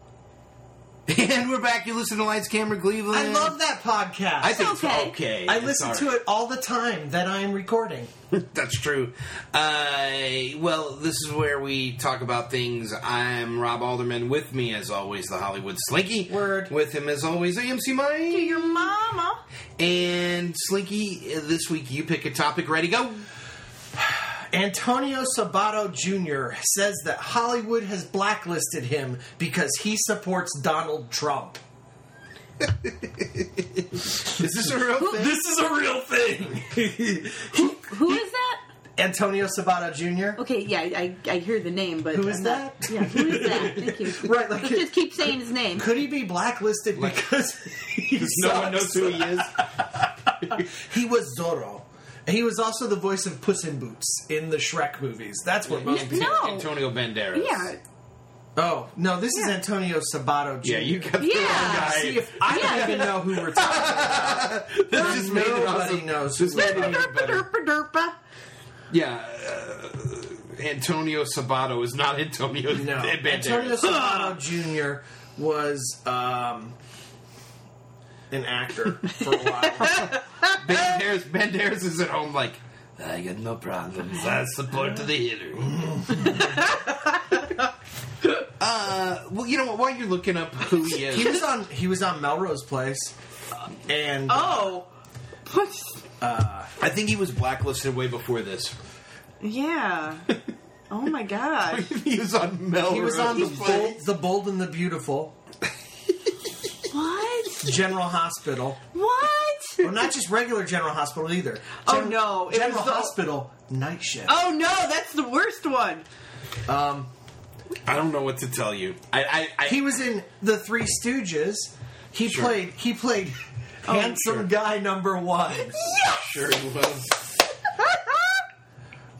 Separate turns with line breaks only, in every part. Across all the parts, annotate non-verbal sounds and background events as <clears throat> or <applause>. <laughs> And we're back. You listen to Lights, Camera, Cleveland.
I love that podcast.
I think it's
Okay.
okay.
I listen to it all the time that I'm recording.
it. <laughs> That's true. Uh, well, this is where we talk about things. I'm Rob Alderman. With me, as always, the Hollywood Slinky.
Word.
With him, as always, AMC Mike.
Your mama.
And Slinky, uh, this week you pick a topic. Ready, go.
Antonio Sabato Jr. says that Hollywood has blacklisted him because he supports Donald Trump.
Is this a real thing?
This is a real thing.
Who is that?
<laughs> Antonio Sabato Jr.
Okay, yeah, I, I I hear the name, but
Who is
I'm not-
that?
Yeah, who is that? Thank <laughs> you.
Right, like
Let's just keep saying his name.
could he be blacklisted
Like-
because he
No one knows
sucks?
who he is.
He was Zorro. And he was also the voice of Puss in Boots in the Shrek movies. That's what most people.
No.
Antonio Banderas.
Yeah,
Oh no, this is
Yeah.
Antonio Sabato Jr.
Yeah, you got the
Yeah.
wrong guy.
See if I
<laughs> Yeah.
don't even know who we're talking
This just made it
Nobody
awesome.
knows
This
who
made it even
derpa
better.
derpa derpa.
Yeah. Uh, Antonio Sabato is not Antonio
No,
Banderas.
<laughs>
Antonio Sabato Jr. was um, an actor for a
<laughs>
while.
Banderas, Banderas is at home like, I got no problems. I support the
<laughs>
Hillary. uh, well, you know what? While you're looking up who he
he
is,
was on he was on Melrose Place, and
Oh, what's?
I think he was blacklisted way before this. <laughs>
Yeah. <laughs> Oh my god.
he was on Melrose.
he was on the
Place.
bold, the bold and the beautiful,
What?
General Hospital.
What?
Well, not just regular General Hospital either.
Oh,
Gen-
no, it
General
was the-
Hospital night shift.
Oh no, that's the worst one.
Um,
I don't know what to tell you. I, I, I
he was in the Three Stooges. He
Sure. Oh,
played he
<laughs>
played handsome
sure.
guy number one.
<laughs> sure he was.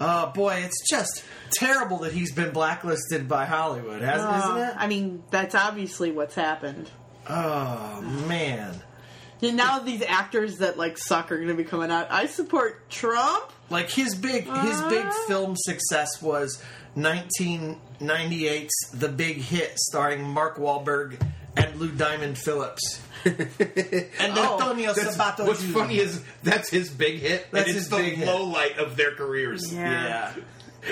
Oh boy, it's just terrible that he's been blacklisted by Hollywood, hasn't isn't
Uh,
it?
I mean, that's obviously what's happened.
Oh man,
And now these actors that like suck are going to be coming out. I support Trump.
like his big his big film success was 1998's The Big Hit, starring Mark Wahlberg and Lou
<laughs>
Diamond Phillips. and Antonio
That's-
Sabato.
what's
Jr.
funny is that's his big hit.
That's
and it's
his
the
big hit.
low light of their careers.
Yeah.
yeah.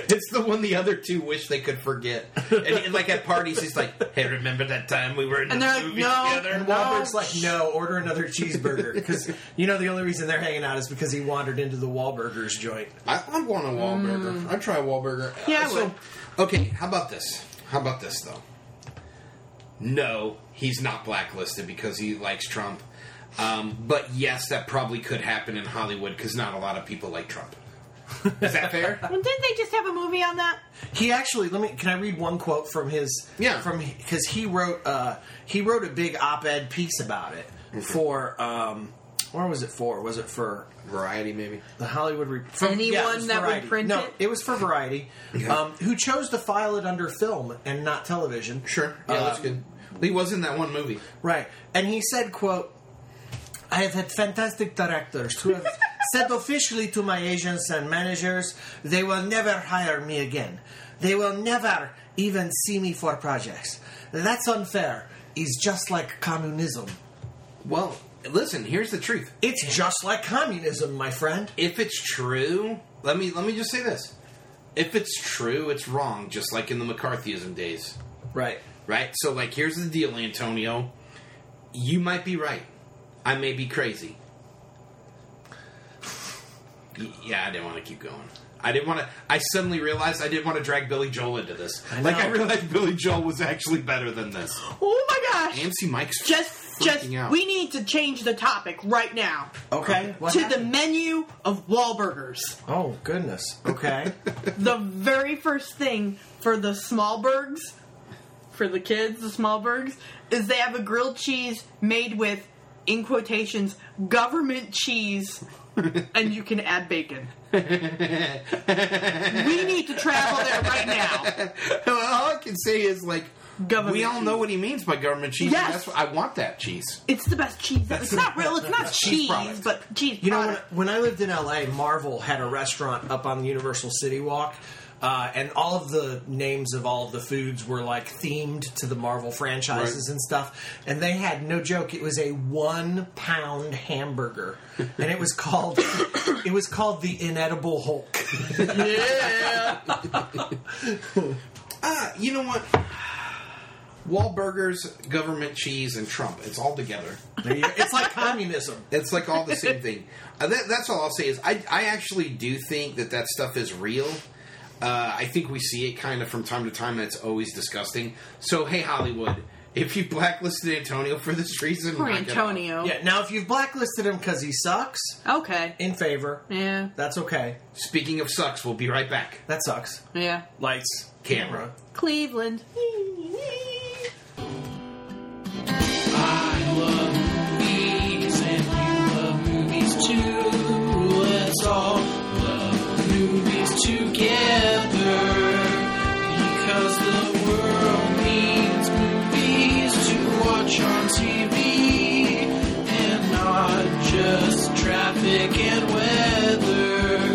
It's the one the other two wish they could forget. And, and, like at parties, he's like, "Hey, remember that time we were in
And
the
they're like,
movie
"No."
together?"
And
No.
Wahlberg's like, no, order another cheeseburger because you know the only reason they're hanging out is because he wandered into the Wahlburgers joint.
I, I want a Wahlburger. I'd try a Wahlburger.
Mm. Yeah, I
Uh, so-
would.
Okay, how about this? How about this though? No, he's not blacklisted because he likes Trump. Um, but yes, that probably could happen in Hollywood because not a lot of people like Trump. Is that fair?
Well, didn't they just have a movie on that?
He actually let me. Can I read one quote from his?
Yeah.
From because he wrote uh, he wrote a big op-ed piece about it for um, where was it for? Was it for
<laughs> Variety, maybe.
the Hollywood Re-
Anyone
it was
that would
Variety.
print
no,
it?
it was for Variety, um, who chose to file it under film and not television.
Sure. Yeah, that's
Um,
good. He was in that one movie.
Right. And he said, quote, I have had fantastic directors who have said officially to my agents and managers, they will never hire me again. They will never even see me for projects. That's unfair. It's just like communism.
Well, listen, here's the truth.
It's just like communism, my friend.
If it's true, let me let me just say this. If it's true, it's wrong, just like in the McCarthyism days.
Right.
Right? So like here's the deal, Antonio. You might be right. I may be crazy. Y- Yeah, I didn't want to keep going. I didn't want to. I suddenly realized I didn't want to drag Billy Joel into this.
I
like
know.
I realized Billy Joel was actually better than this.
Oh my gosh!
AMC Mike's
just,
freaking
just,
out.
we need to change the topic right now
Okay. What
to the
happened?
menu of Wahlburgers.
oh, goodness. Okay.
the very first thing for the Smallbergs, for the kids, the Smallbergs, is they have a grilled cheese made with, in quotations, government cheese, and you can add bacon. we need to travel there right now.
<laughs> All I can say is like
Government
we all know what he means by government cheese.
Yes.
That's what, I want that cheese.
It's the best cheese.
That's
it's not real. It's not
a cheese
cheese,
product.
but cheese.
You know,
product.
when, when I lived in LA, Marvel had a restaurant up on the Universal City Walk Uh, and all of the names of all of the foods were like themed to the Marvel franchises
Right.
and stuff. And they had, no joke, it was a one pound hamburger. And it was called, <laughs> it was called the Inedible Hulk.
Yeah.
Ah, you know what? Wahlburgers, government cheese, and Trump. It's all together.
There you go. It's like communism.
It's like all the
<laughs>
same thing. Uh, that, that's all I'll say is I, I actually do think that that stuff is real. Uh, I think we see it kind of from time to time, and it's always disgusting. So, hey, Hollywood, if you blacklisted Antonio for this reason,
Poor
knock it out.
Antonio.
Yeah. Now, if you've blacklisted him because he sucks,
Okay.
in favor.
Yeah.
That's okay.
Speaking of sucks, we'll be right back.
That sucks.
Yeah.
Lights,
Camera.
Cleveland.
I love movies and you love movies too. Let's all love movies together because the world needs movies to watch on TV and not just traffic and weather.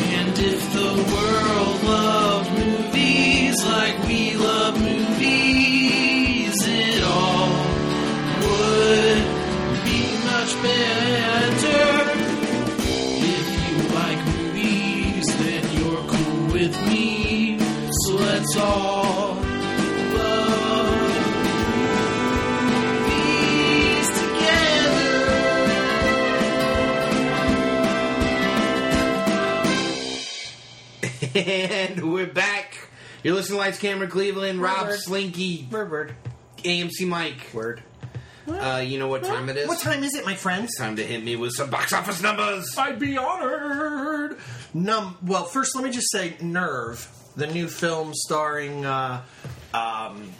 And if the world loved movies like we love movies, it all would be much better. If you like movies, then you're cool with me. So let's all love movies together.
<laughs> and we're back. You're listening to Lights, Camera, Cleveland. Rob
Word.
Slinky,
Word, word,
AMC Mike.
word.
Uh, you know what time it is?
What time is it, my friends?
Time to hit me with some box office numbers.
I'd be honored. Num. Well, first, let me just say, Nerve, the new film starring, uh, um,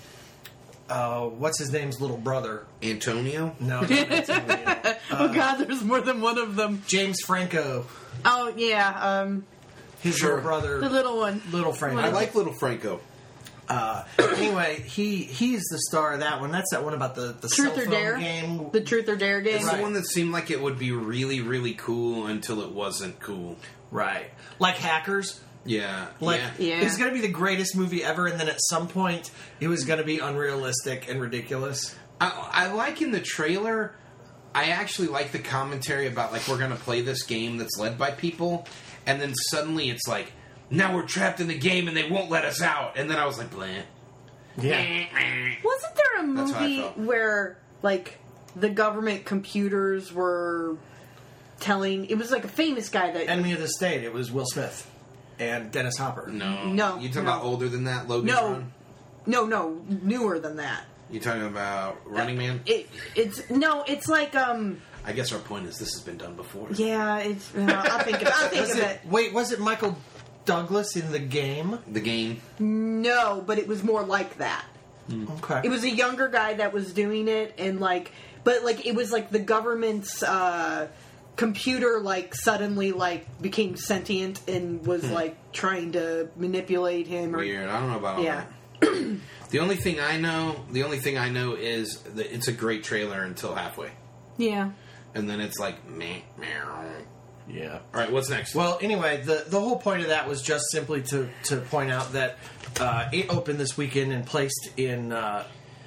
uh, what's his name's little brother?
Antonio.
No, not
<laughs>
Antonio.
oh God, there's more than one of them.
James Franco,
Oh yeah. Um,
his
Sure.
little brother,
the little one.
little Franco.
I like Little Franco.
anyway, he he's the star of that one. That's that one about the the cell
Truth or
phone
Dare.
game.
The Truth or Dare game.
It's
Right.
the one that seemed like it would be really, really cool until it wasn't cool.
right, like hackers.
Yeah.
Like
yeah.
Yeah.
it's going to be the greatest movie ever, and then at some point it was going to be unrealistic and ridiculous.
I, I like in the trailer. I actually like the commentary about like we're gonna play this game that's led by people, and then suddenly it's like now we're trapped in the game and they won't let us out. And then I was like, bleh.
Yeah,
Wasn't there a
That's how I
movie
felt.
where like the government computers were telling? It was like a famous guy that.
Enemy of the State. It was Will Smith and Dennis Hopper.
No.
No,
You talking
no.
about older than that, Logan?
no, no, no, newer than that.
You talking about Running Man?
It, it's no, it's like um,
I guess our point is this has been done before.
yeah, it's. Uh, I'll think of, I'll
<laughs>
think
Was
of
it,
it.
wait, was it Michael Douglas in the game?
The game.
No, but it was more like that.
Okay,
It was a younger guy that was doing it, and like, but like, it was like the government's uh, computer, like, suddenly like became sentient and was
Hmm.
like trying to manipulate him. Or,
Weird. I don't know about all
Yeah.
that. The only thing I know, the only thing I know is that it's a great trailer until halfway,
Yeah.
and then it's like meh, meow.
yeah.
All right, what's next?
Well, anyway, the the whole point of that was just simply to to point out that uh, it opened this weekend and placed in uh,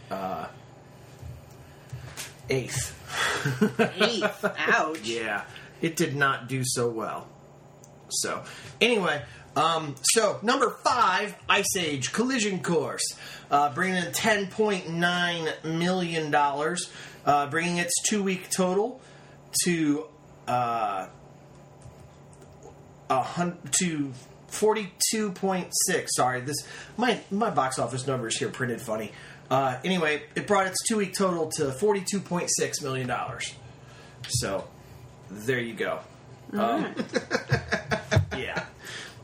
uh, eighth.
Eighth. Ouch.
Yeah, it did not do so well. So, anyway, um, so number five, Ice Age Collision Course, uh, bringing in ten point nine million dollars, uh, bringing its two week total to uh, a hun- to. 42.6 sorry this my my box office numbers here printed funny uh, anyway it brought its two week total to 42.6 million dollars so there you go. Um, yeah.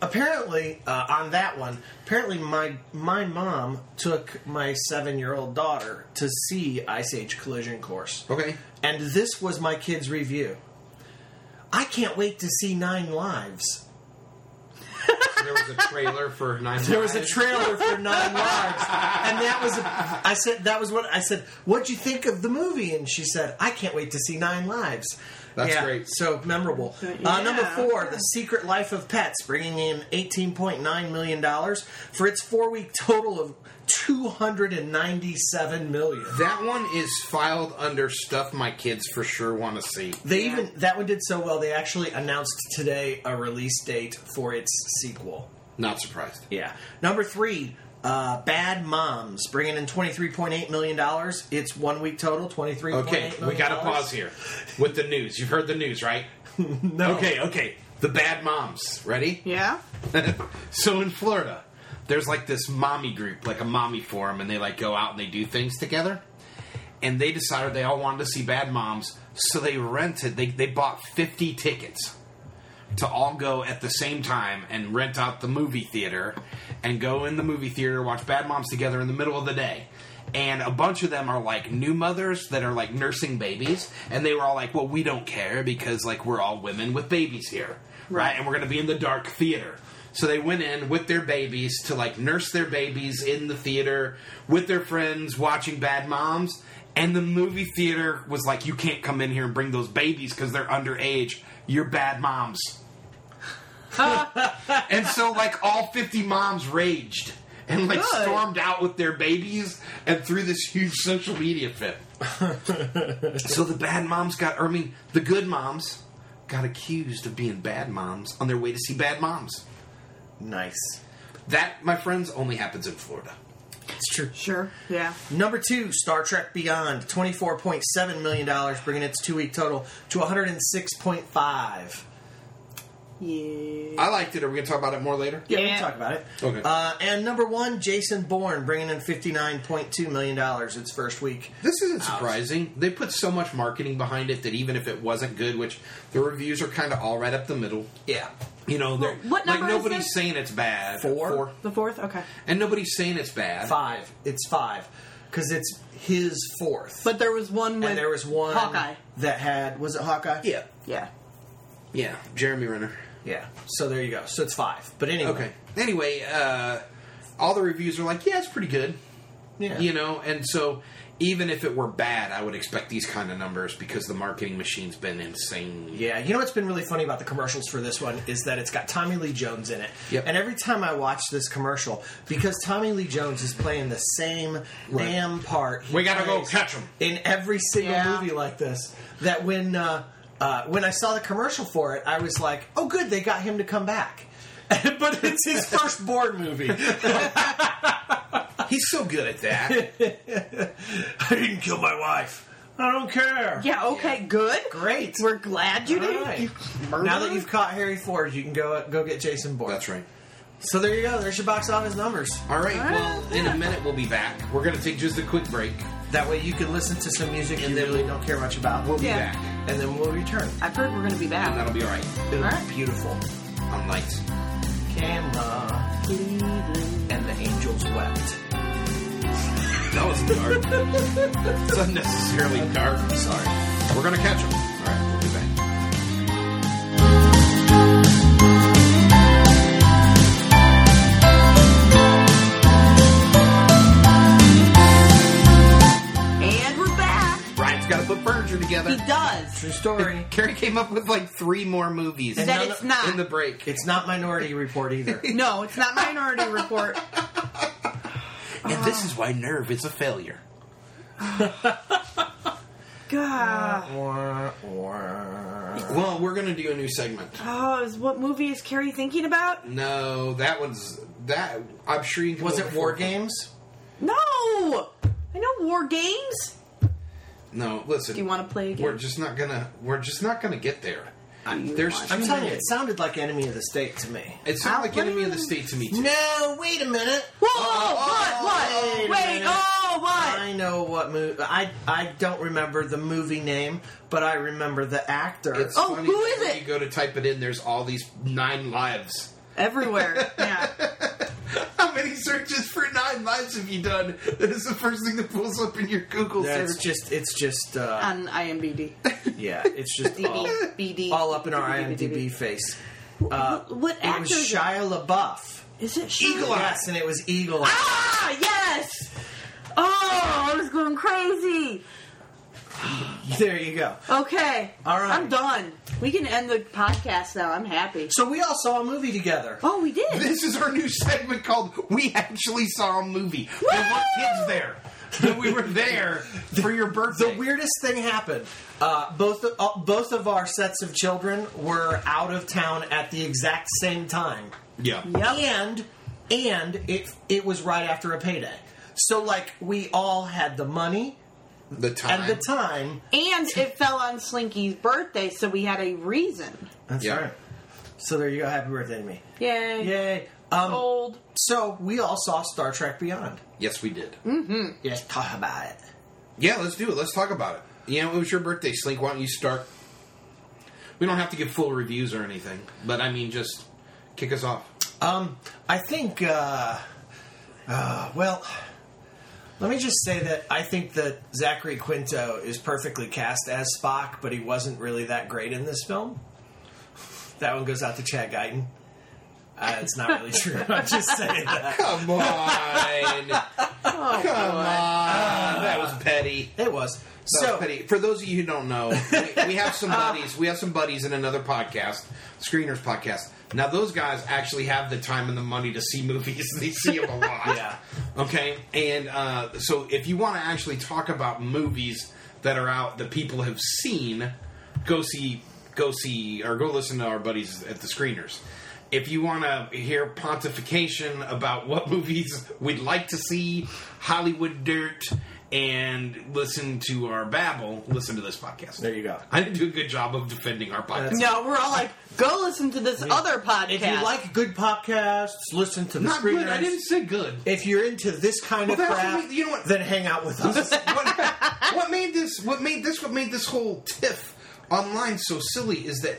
Apparently, uh, on that one, apparently my my mom took my seven year old daughter to see Ice Age Collision Course,
okay.
and this was my kid's review. I can't wait to see Nine Lives.
So there was a trailer
<laughs>
for Nine.
There was a
Lives.
trailer for Nine Lives, and that was a, I said that was what I said. What'd you think of the movie? And she said, I can't wait to see Nine Lives.
That's
yeah,
great.
So memorable. Uh,
Yeah.
number four, The Secret Life of Pets, bringing in $18.9 million for its four week total of $297 million.
That one is filed under stuff my kids for sure want to see.
They even, that one did so well, they actually announced today a release date for its sequel.
Not surprised.
Yeah. Number three, uh, Bad Moms, bringing in $23.8 million. It's one week total, $23.8 million.
Okay, we got to pause here with the news. You've heard the news, right?
<laughs> No.
Oh.
Okay, okay. The bad moms. Ready?
Yeah?
so in Florida, there's like this mommy group, like a mommy forum, and they like go out and they do things together. And they decided they all wanted to see Bad Moms, so they rented. They they bought 50 tickets to all go at the same time and rent out the movie theater and go in the movie theater watch Bad Moms together in the middle of the day. And a bunch of them are like new mothers that are like nursing babies, and they were all like, "Well, we don't care because like we're all women with babies here, right? And we're gonna be in the dark theater." So they went in with their babies to like nurse their babies in the theater with their friends watching Bad Moms. And the movie theater was like, you can't come in here and bring those babies because they're underage. You're bad moms. and so, like, all 50 moms raged and, like,
Good.
stormed out with their babies and threw this huge social media fit. so the bad moms got, or I mean, the good moms got accused of being bad moms on their way to see bad moms.
Nice.
That, my friends, only happens in Florida.
It's true.
Sure. Yeah.
Number two, Star Trek Beyond, $24.7 million, bringing its two week total to 106.5.
Yeah.
I liked it. Are we going to talk about it more later?
Yeah,
Yeah.
we'll talk about it.
Okay.
Uh, and number one, Jason Bourne, bringing in $59.2 million its first week.
This isn't surprising. They put so much marketing behind it that even if it wasn't good, which the reviews are kind of all right up the middle,
Yeah.
you know, they're,
What
like
number is
nobody's
this?
saying it's bad.
Four?
The fourth? Okay.
And nobody's saying it's bad.
Five. It's five. Because it's his fourth.
But there was one with
and there was one
Hawkeye.
that had, was it Hawkeye?
Yeah.
Yeah.
Yeah. Jeremy Renner.
Yeah. So there you go. So it's five. But anyway.
Okay. Anyway, uh, all the reviews are like, yeah, it's pretty good.
Yeah.
You know, and so even if it were bad, I would expect these kind of numbers because the marketing machine's been insane.
Yeah, you know what's been really funny about the commercials for this one is that it's got Tommy Lee Jones in it.
Yep.
And every time I watch this commercial, because Tommy Lee Jones is playing the same
Right.
damn part, he
We gotta go
plays
catch 'em.
in every single
Yeah.
movie like this. That when uh, uh, when I saw the commercial for it, I was like, "Oh, good, they got him to come back." <laughs> but it's his
<laughs>
first board movie. <laughs>
He's so good at that.
I didn't kill my wife. I don't care.
Yeah, okay, good.
Great.
We're glad you
All
did.
right.
You
Now that you've caught Harry Ford, you can go go get Jason Bourne.
That's right.
So there you go. There's your box office numbers.
All right.
right,
Well, in a minute we'll be back. We're gonna take just a quick break.
That way you can listen to some music
And
you
then
really
we'll-
don't care much about.
We'll be
Yeah.
back.
and then we'll return.
I've heard we're gonna be back.
That'll be all right.
It'll
Alright.
be beautiful.
On lights.
Camera and the angels wept.
That was dark.
<laughs>
it's unnecessarily dark. I'm sorry. We're gonna catch him. All right. We'll be back.
And we're back.
Ryan's got to put furniture
He
together.
does.
True story.
Carrie came up with like three more movies
And
in
That
none
it's
of-
not.
the break.
It's not Minority Report <laughs> either.
no, it's not Minority Report.
And this is why Nerve is a failure.
God.
Wah, wah.
Well, we're gonna do a new segment.
Uh,
Oh, is what movie is Carrie thinking about?
No, that one's that. I'm sure you can.
Was
go
it War
before-
Games?
No! I know war games.
No, listen.
Do you want to play again?
We're just not gonna. We're just not gonna get there.
you
There's.
want-
too
I'm telling you,
many.
it sounded like Enemy of the State to me.
It sounded
I'll
like enemy of the
win.
state to me too.
No, wait a minute.
Whoa! what? What?
wait a
Wait!
minute.
oh, what?
I know what movie. I I don't remember the movie name, but I remember the actor.
It's
Oh,
funny
who
that
is
when
it?
You go to type it in. There's all these nine lives. <laughs>
<laughs>
Everywhere. Yeah.
How many searches for nine lives have you done? That is the first thing that pulls up in your Google
That's
search.
just it's just uh,
On IMDb.
yeah, it's <laughs> just all,
BD.
all up in our IMDb face. Uh,
What
it
actor
was
is it?
Shia LaBeouf.
Is it Shia?
Eagle Eye.
Yes, and it was Eagle. Eye.
Ah, yes! Oh, I was going crazy.
There you go.
Okay.
All right.
I'm done. We can end the podcast now. I'm happy.
So we all saw a movie together.
Oh, we did.
<laughs>
This is our new segment called "We Actually Saw a Movie." There were kids there. That we were there for your birthday.
The weirdest thing happened. Uh, both uh, both of our sets of children were out of town at the exact same time,
yeah.
and and it it was right after a payday. So like we all had the money
The time.
and the time.
And it fell on Slinky's birthday, so we had a reason.
That's
Yeah.
right. So there you go. Happy birthday to me.
Yay.
Yay. Um,
Old.
So we all saw Star Trek Beyond.
Yes, we did.
Yes, talk about it.
Yeah, let's do it. Let's talk about it. You know, it was your birthday, Slink. Why don't you start? We don't have to give full reviews or anything, but I mean, just kick us off.
Um, I think. Uh, uh, well, let me just say that I think that Zachary Quinto is perfectly cast as Spock, but he wasn't really that great in this film. That one goes out to Chad Guyton. Uh, it's not really true. <laughs> I'm just saying that.
Come on, <laughs> come on. That was petty.
It was.
That was
So,
petty. For those of you who don't know, we, we have
<laughs>
some buddies. We have some buddies in another podcast, Screeners Podcast. Now, those guys actually have the time and the money to see movies. <laughs> They see them a lot.
Yeah.
Okay. And uh, so, if you want to actually talk about movies that are out that people have seen, go see, go see, or go listen to our buddies at the Screeners. If you want to hear pontification about what <laughs> movies we'd like to see, Hollywood dirt, and listen to our babble, listen to this podcast.
There you go.
I didn't do a good job of defending our podcast.
No, we're all like, go listen to this other podcast.
if you like good podcasts, listen to the
Not good. I
screeners.
didn't say good.
If you're into this kind
Well,
of
that's-
crap,
you know what-
then hang out with
<laughs>
us.
what,
<laughs>
what made this? What made this? What made this whole tiff online so silly is that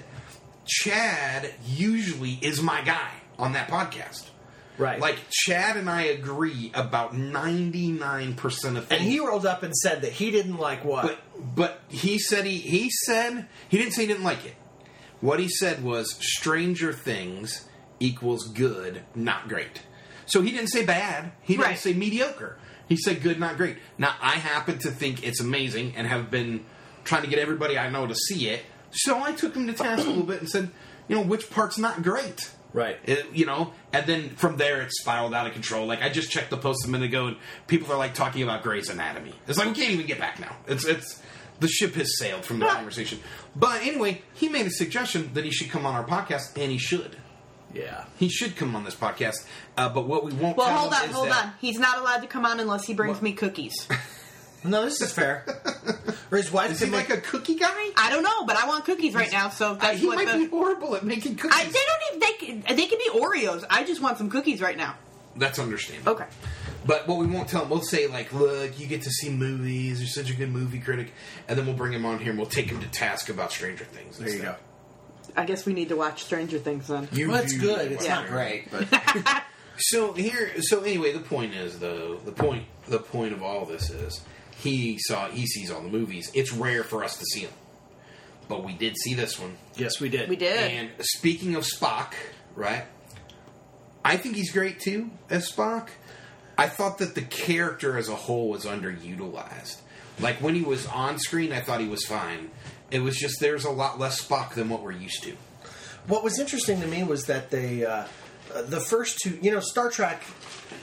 Chad usually is my guy on that podcast.
right.
Like Chad and I agree about ninety nine percent of things.
and he rolled up and said that he didn't like what.
But but he said he he said he didn't say he didn't like it. What he said was Stranger Things equals good, not great. So he didn't say bad. He didn't
Right.
say mediocre. He said good, not great. Now I happen to think it's amazing and have been trying to get everybody I know to see it. So I took him to task a little bit and said, you know, which part's not great?
Right.
It- you know, and then from there it spiraled out of control. Like I just checked the post a minute ago, and people are like talking about Grey's Anatomy. It's like we can't even get back now. It's it's the ship has sailed from the conversation. But anyway, he made a suggestion that he should come on our podcast, and he should.
yeah.
He should come on this podcast. Uh, but what we won't.
Well,
tell
hold
him
on,
is
hold
that-
on. He's not allowed to come on unless he brings
What?
me cookies.
No, this
<laughs>
is fair. or his wife
Is he
can
like
make
a cookie guy?
I don't know, but I want cookies right now, so that's
he
what
might
the.
be horrible at making cookies.
I, they don't even. They can, they can be Oreos. I just want some cookies right now.
That's understandable.
Okay.
But what we won't tell him, we'll say like, "Look, you get to see movies. You're such a good movie critic," and then we'll bring him on here and we'll take him to task about Stranger Things.
There you go.
I guess we need to watch Stranger Things then.
You
Well, it's
do
good. It's
watch
not
it,
great. <laughs>
but- so here, so anyway, the point is though the point the point of all this is he saw he sees all the movies. It's rare for us to see them, but we did see this one.
Yes, we did.
We did.
And speaking of Spock, right? I think he's great too as Spock. I thought that the character as a whole was underutilized. Like when he was on screen, I thought he was fine. It was just there's a lot less Spock than what we're used to.
What was interesting to me was that they, uh, uh, the first two, you know, Star Trek.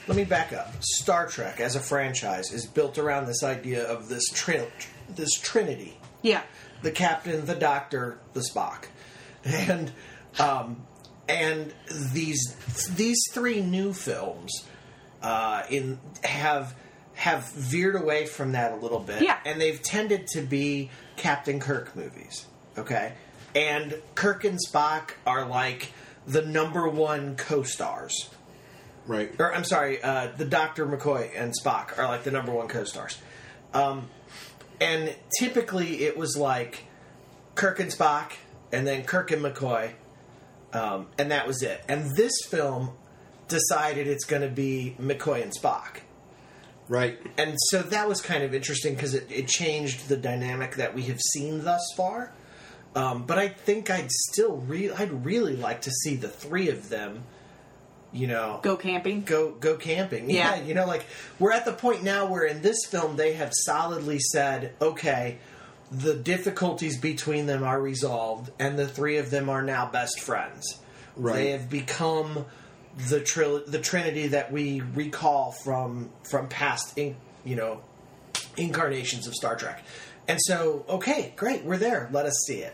Let me back up. Star Trek as a franchise is built around this idea of this tri- this trinity:
Yeah.
the captain, the doctor, the Spock, and um, and these these three new films uh, in have have veered away from that a little bit,
Yeah.
and they've tended to be Captain Kirk movies. Okay, and Kirk and Spock are like the number one co-stars
Right.
or I'm sorry, uh, the Doctor McCoy and Spock are like the number one co-stars, um, and typically it was like Kirk and Spock, and then Kirk and McCoy, um, and that was it. And this film decided it's going to be McCoy and Spock,
Right.
and so that was kind of interesting because it, it changed the dynamic that we have seen thus far. Um, but I think I'd still re- I'd really like to see the three of them, you know,
Go camping.
go go camping.
Yeah.
Yeah. you know, like we're at the point now where in this film they have solidly said, okay, the difficulties between them are resolved, and the three of them are now best friends.
Right.
They have become the tril- the trinity that we recall from from past, in- you know, incarnations of Star Trek. And so, okay, great, we're there. Let us see it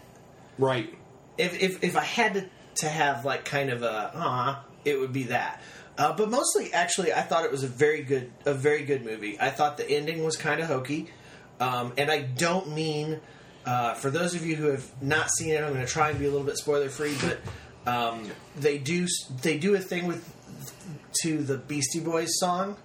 Right.
if if, if I had to, to have like kind of a uh it would be that. Uh, but mostly, actually, I thought it was a very good a very good movie. I thought the ending was kind of hokey, um, and I don't mean uh, for those of you who have not seen it. I'm going to try and be a little bit spoiler free, but um, they do they do a thing with to the Beastie Boys song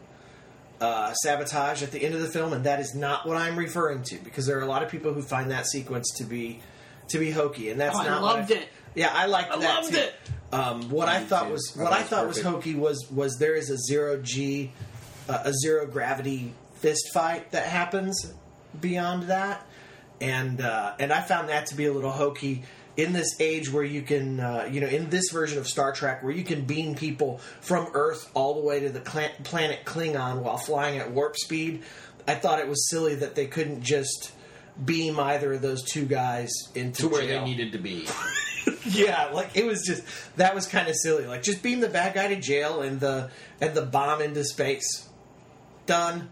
uh, sabotage at the end of the film, and that is not what I'm referring to because there are a lot of people who find that sequence to be to be hokey, and that's
Oh, I
not. what
loved it.
Yeah, I liked
I
that
loved
too.
it.
Um, what I
Me
thought
too.
was
I
what
thought
I
it was
thought was
perfect.
hokey was was there is a zero g, uh, a zero gravity fist fight that happens beyond that, and uh, and I found that to be a little hokey in this age where you can uh, you know in this version of Star Trek where you can beam people from Earth all the way to the clan planet Klingon while flying at warp speed. I thought it was silly that they couldn't just beam either of those two guys into
To where
jail.
they needed to be.
Yeah, like it was just that was kind of silly. Like just beam the bad guy to jail and the and the bomb into space. Done.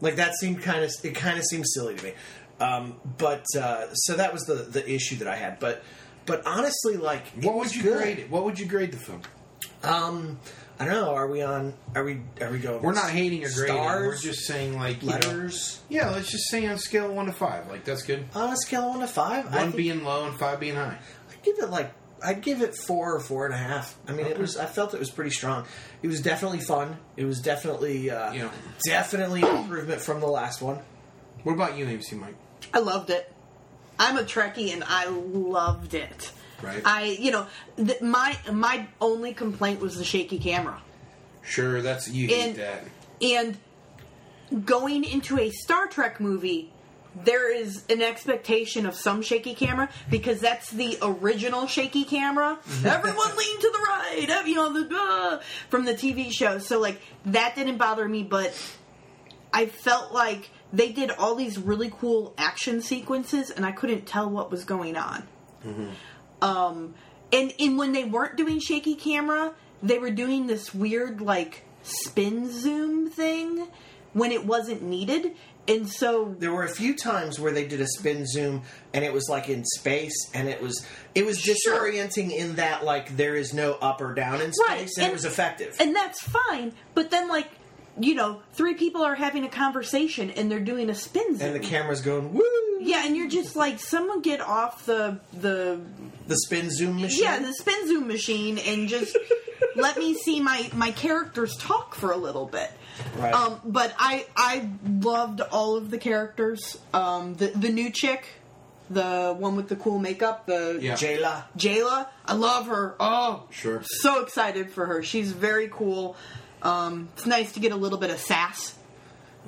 Like that seemed kind of it kind of seemed silly to me. Um, but uh, so that was the the issue that I had. But but honestly, like it
What would
was
you
good.
grade it? What would you grade the film?
Um, I don't know. Are we on? Are we are we going?
We're not hating or grading. We're
Stars,
just saying like you know-
letters
yeah, let's just say on a scale of one to five, like that's good.
on a Uh, scale of one to five. I
One
think
being low and five being high.
I'd give it like I'd give it four or four and a half. I mean, it was I felt it was pretty strong. It was definitely fun. It was definitely uh,
Yeah.
definitely an improvement from the last one.
What about you, MC Mike?
I loved it. I'm a Trekkie and I loved it.
Right.
I, you know, th- my my only complaint was the shaky camera.
Sure, that's you hate
And-
that.
And going into a Star Trek movie, there is an expectation of some shaky camera because that's the original shaky camera. Everyone lean to the right, ev- you know, the uh, from the TV show. So like that didn't bother me, but I felt like they did all these really cool action sequences and I couldn't tell what was going on. Um, and and when they weren't doing shaky camera, they were doing this weird like spin zoom thing when it wasn't needed. And so
There were a few times where they did a spin zoom and it was like in space and it was it was
Sure.
disorienting in that like there is no up or down in space
Right,
and, it
and-
was effective.
and that's fine, but then like you know, three people are having a conversation and they're doing a spin zoom.
and the camera's going woo
yeah, and you're just like, someone get off the the
the spin zoom machine.
yeah the spin zoom machine
<laughs>
and just let me see my my characters talk for a little bit
Right.
um but i i loved all of the characters um the the new chick the one with the cool makeup the
Yeah.
Jayla.
jayla i love her oh
Sure.
so excited for her she's very cool um it's nice to get a little bit of sass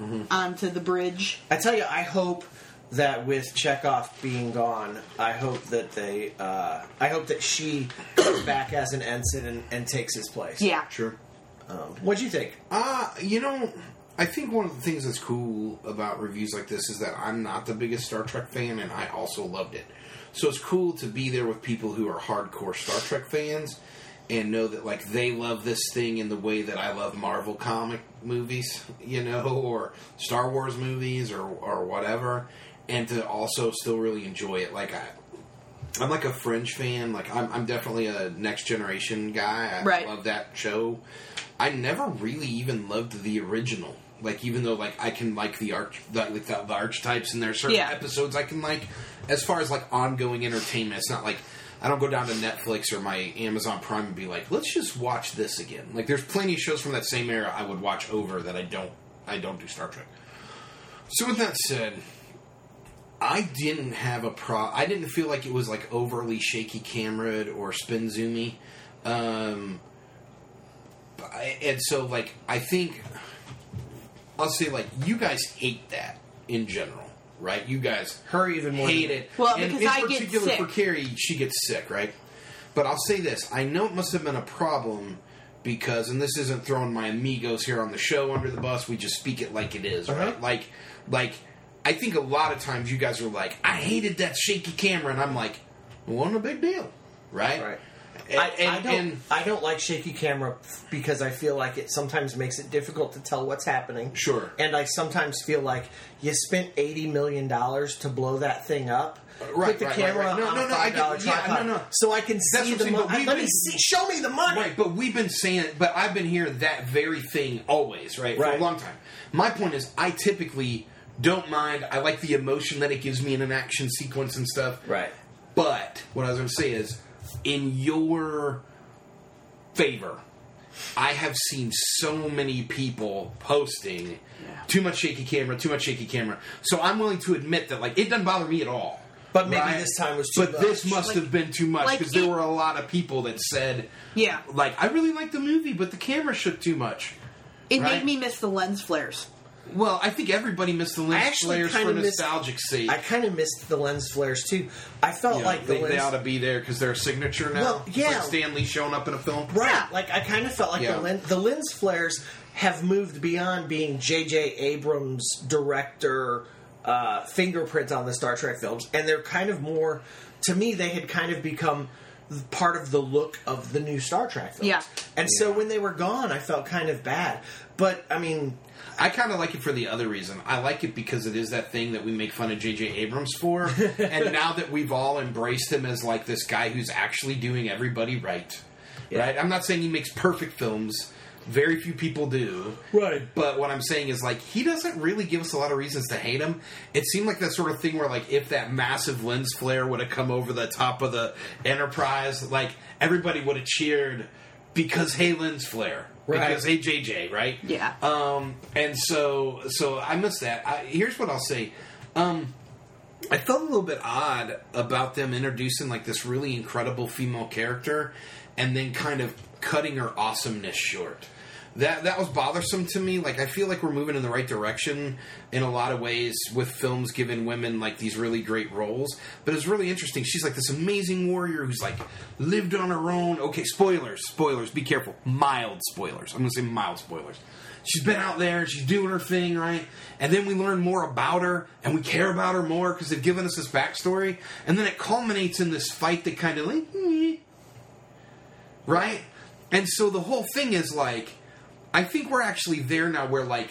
Mm-hmm.
onto the bridge
I tell you, I hope that with Chekhov being gone, I hope that they, uh, I hope that she comes back as an ensign and, and takes his place.
yeah
Sure.
Um, what'd you think?
Uh, you know, I think one of the things that's cool about reviews like this is that I'm not the biggest Star Trek fan, and I also loved it. So it's cool to be there with people who are hardcore Star Trek fans and know that like they love this thing in the way that I love Marvel comic movies, <laughs> you know, or Star Wars movies or or whatever, and to also still really enjoy it. Like I, I'm like a Fringe fan. Like I'm, I'm definitely a Next Generation guy. I
Right.
love that show. I never really even loved the original. Like even though like I can like the arch the, like the, the archetypes and there are certain
Yeah.
episodes I can like. As far as like ongoing entertainment, it's not like I don't go down to Netflix or my Amazon Prime and be like, let's just watch this again. Like there's plenty of shows from that same era I would watch over that I don't I don't do Star Trek. So with that said, I didn't have a pro. I didn't feel like it was like overly shaky camered or spin zoomy. Um, but I- and so like I think I'll say like you guys hate that in general, right? You guys
Her even more.
hate
than-
it.
Well,
and
because
in
I get
particular
sick.
for Carrie, she gets sick, right? But I'll say this: I know it must have been a problem because, and this isn't throwing my amigos here on the show under the bus. We just speak it like it is,
Uh-huh.
right? Like, like I think a lot of times you guys are like, I hated that shaky camera, and I'm like, well, wasn't a big deal, right?
Right.
And,
I,
and,
I don't.
and-
I don't like shaky camera because I feel like it sometimes makes it difficult to tell what's happening.
Sure.
And I sometimes feel like you spent eighty million dollars to blow that thing up.
Uh, right,
Put the
right, right,
camera
right. No,
on
no,
a
no, I
five
get-
dollar
yeah,
tripod.
no, no.
So I can
what
see
I'm
the
saying,
money.
but we've
Let me
been-
see. Show me the money.
Right, but we've been saying, but I've been hearing that very thing always, right, for
Right.
a long time. My point is, I typically don't mind. I like the emotion that it gives me in an action sequence and stuff.
Right.
But what I was going to say is, in your favor, I have seen so many people posting too much shaky camera, too much shaky camera. So I'm willing to admit that, like, it doesn't bother me at all.
But maybe this time was too
But this
much.
must
Like-
have been too much
like
because there
it-
were a lot of people that said,
Yeah.
like I really liked the movie, but the camera shook too much.
It
Right.
made me miss the lens flares.
Well, I think everybody missed the lens
I actually
flares for
kinda missed-
nostalgic sake.
I kind of missed the lens flares too. I felt
You know,
like the
they,
lens.
they ought to be there because they're a signature now.
Well,
It's
yeah.
like Stan Lee showing up in a film.
Right.
Yeah.
Like I kind of felt like
Yeah.
the, lens, the lens flares have moved beyond being J.J. Abrams' director uh, fingerprints on the Star Trek films, and they're kind of more. To me, they had kind of become part of the look of the new Star Trek films.
Yeah.
And so when they were gone, I felt kind of bad. But I mean,
I kind of like it for the other reason. I like it because it is that thing that we make fun of J.J. Abrams
<laughs>
for, and now that we've all embraced him as like this guy who's actually doing everybody right, right? I'm not saying he makes perfect films. Very few people do.
Right.
But what I'm saying is, like, he doesn't really give us a lot of reasons to hate him. It seemed like that sort of thing where, like, if that massive lens flare would have come over the top of the Enterprise, like, everybody would have cheered because, hey, lens flare.
Right.
Because, hey, JJ, right?
Yeah.
Um, and so, so I miss that. I, here's what I'll say. Um, I felt a little bit odd about them introducing like this really incredible female character, and then kind of cutting her awesomeness short. That that was bothersome to me. Like I feel like we're moving in the right direction in a lot of ways with films giving women like these really great roles. But it's really interesting. She's like this amazing warrior who's like lived on her own. Okay, spoilers, spoilers. Be careful. Mild spoilers. I'm gonna say mild spoilers she's been out there and she's doing her thing, right? And then we learn more about her and we care about her more because they've given us this backstory. And then it culminates in this fight that kind of like, "Hmm, "Meh." right? And so the whole thing is like, I think we're actually there now where like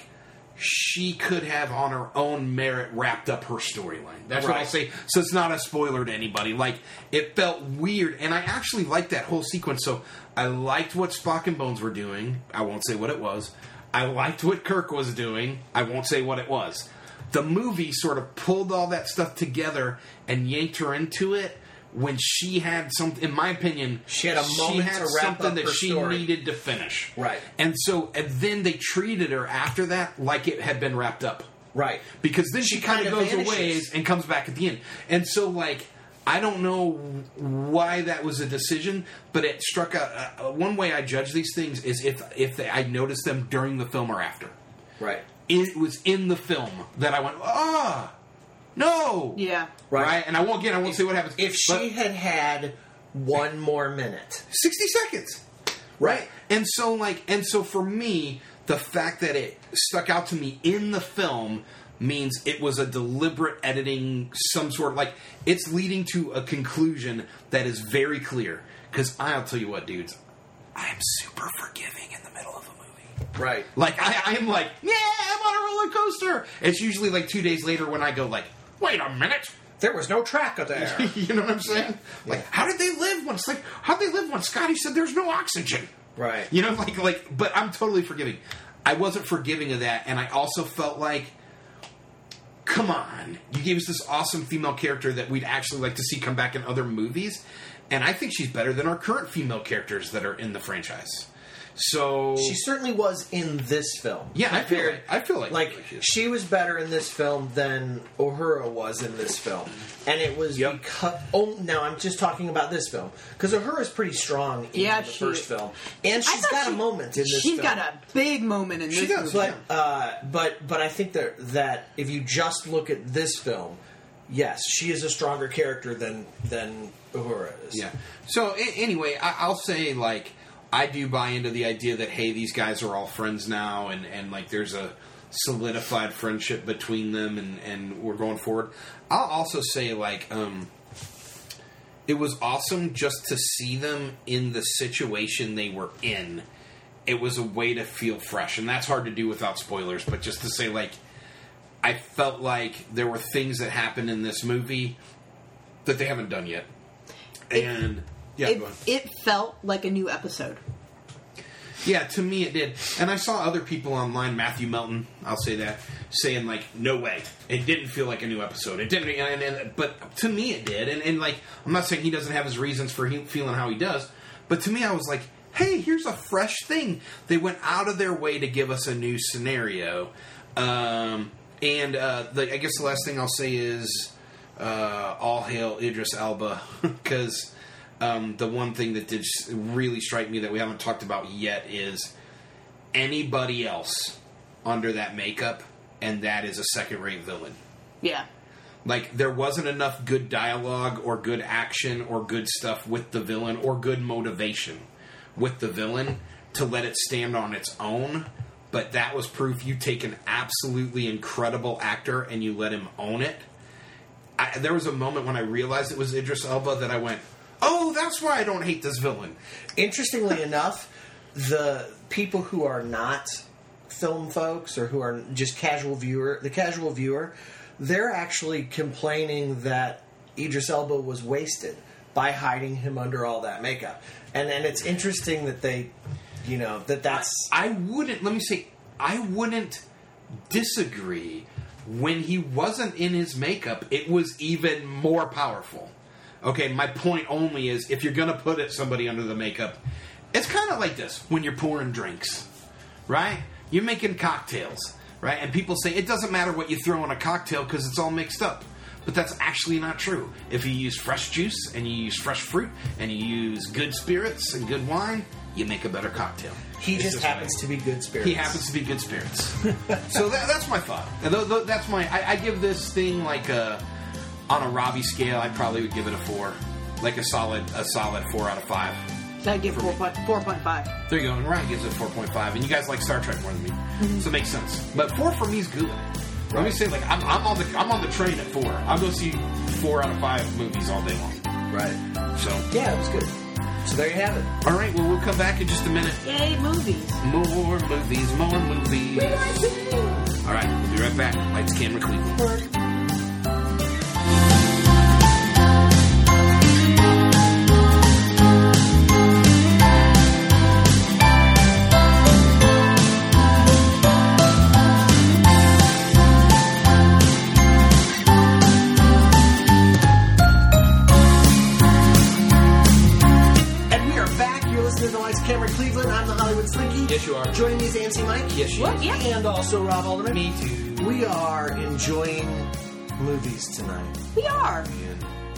she could have on her own merit wrapped up her storyline. That's what I'll
Right.
say. So it's not a spoiler to anybody. Like it felt weird, and I actually liked that whole sequence. So I liked what Spock and Bones were doing. I won't say what it was. I liked what Kirk was doing. I won't say what it was. The movie sort of pulled all that stuff together and yanked her into it when she had something. In my opinion,
She had a moment to wrap
something
up
that
her
she
story.
needed to finish.
Right.
And so, and then they treated her after that like it had been wrapped up.
right.
Because then she, kind
kinda
of goes
vanishes.
away and comes back at the end. And so, like, I don't know why that was a decision, but it struck a, a one way I judge these things is if if they, I noticed them during the film or after.
Right.
It was in the film that I went, ah, no,
Yeah.
right.
Right.
And I won't again. I won't say what happens
If she
but-
had had one more minute,
60 seconds.
Right.
And so like and so for me, the fact that it stuck out to me in the film means it was a deliberate editing some sort like it's leading to a conclusion that is very clear cuz I'll tell you what dudes, I am super forgiving in the middle of a movie.
right.
Like I I'm like, yeah, I'm on a roller coaster. It's usually like 2 days later when I go like, wait a minute.
There was no track of there.
<laughs> you know what I'm saying? Like, how did they live when it's like how did they live when Scotty said there's no oxygen?
right.
You know, like like but I'm totally forgiving. I wasn't forgiving of that, and I also felt like come on. You gave us this awesome female character that we'd actually like to see come back in other movies, and I think she's better than our current female characters that are in the franchise. So
She certainly was in this film.
Yeah, I feel
Compared-
like- I feel like-
she was better in this film than Uhura was in this film, and it was
Yep.
because oh no, I'm just talking about this film because Uhura's pretty strong in
Yeah,
the
she-
first film, and
I
she's
thought
got a
she-
moment in this.
She's
film.
got a big moment in
She
this
does,
movie.
But uh, but but I think that that if you just look at this film, yes, she is a stronger character than than Uhura is.
Yeah. So a- anyway, I- I'll say like I do buy into the idea that hey, these guys are all friends now, and and like there's a solidified friendship between them, and and we're going forward. I'll also say like um, it was awesome just to see them in the situation they were in. It was a way to feel fresh, and that's hard to do without spoilers. But just to say like. I felt like there were things that happened in this movie that they haven't done yet. And yeah,
It,
go on.
it felt like a new episode.
yeah, to me it did. And I saw other people online, Matthew Melton, I'll say that, saying like, "No way, it didn't feel like a new episode. It didn't." And, and- but to me, it did. And, and like, I'm not saying he doesn't have his reasons for he, feeling how he does, but to me, I was like. Hey, here's a fresh thing. They went out of their way to give us a new scenario. Um, and uh, the, I guess the last thing I'll say is uh, all hail Idris Elba <laughs> because um, the one thing that did s- really strike me that we haven't talked about yet is anybody else under that makeup, and that is a second-rate villain.
Yeah.
Like there wasn't enough good dialogue or good action or good stuff with the villain or good motivation with the villain to let it stand on its own. But that was proof you take an absolutely incredible actor and you let him own it. I, there was a moment when I realized it was Idris Elba that I went, "Oh, that's why I don't hate this villain."
Interestingly enough, the people who are not film folks or who are just casual viewer, the casual viewer, they're actually complaining that Idris Elba was wasted by hiding him under all that makeup. And and it's interesting that they, you know, that that's
I wouldn't. Let me say, I wouldn't disagree. When he wasn't in his makeup, it was even more powerful. Okay, my point only is if you're gonna put it somebody under the makeup, it's kind of like this when you're pouring drinks, right? You're making cocktails, right? And people say it doesn't matter what you throw in a cocktail because it's all mixed up. But that's actually not true. If you use fresh juice and you use fresh fruit and you use good spirits and good wine, you make a better cocktail.
he
It's
just happens
like-
to be good spirits.
he happens to be good spirits. so that, that's my thought. And tho- tho- that's my. I, I give this thing like a on a Robbie scale. I probably would give it a four, like a solid a solid four out of five.
I give four point four point five.
There you go. And Ryan gives it four point five, and you guys like Star Trek more than me, so it makes sense. But four for me is good. Let me say like I'm, I'm on the I'm on the train at four. I'll go see four out of five movies all day long.
right.
So
Yeah, it was good. So there you have it.
all right, well we'll come back in just a minute.
Yay, movies.
More movies, more movies. All right, we'll be right back. Lights, camera, Cleveland.
And we are back. You're listening to Lights Camera Cleveland. I'm the Hollywood Slinky.
Yes, you are.
Joining me is AMC Mike.
Yes, you What?
is. Yeah.
And also Rob Alderman.
Me too.
We are enjoying movies tonight,
We are.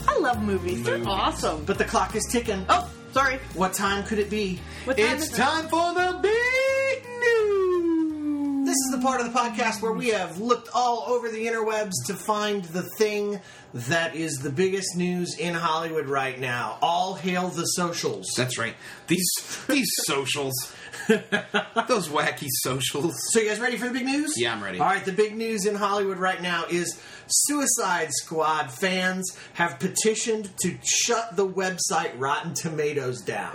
I love movies. They're
Movies.
awesome.
but the clock is ticking.
Oh, sorry.
What time could it be?
What time
It's
is it?
time for the big news.
This is the part of the podcast where we have looked all over the interwebs to find the thing that is the biggest news in Hollywood right now. All hail the socials.
That's right. These these <laughs> socials, those wacky socials.
So you guys ready for the big news?
Yeah, I'm ready.
All right, the big news in Hollywood right now is Suicide Squad fans have petitioned to shut the website Rotten Tomatoes
<laughs>
down.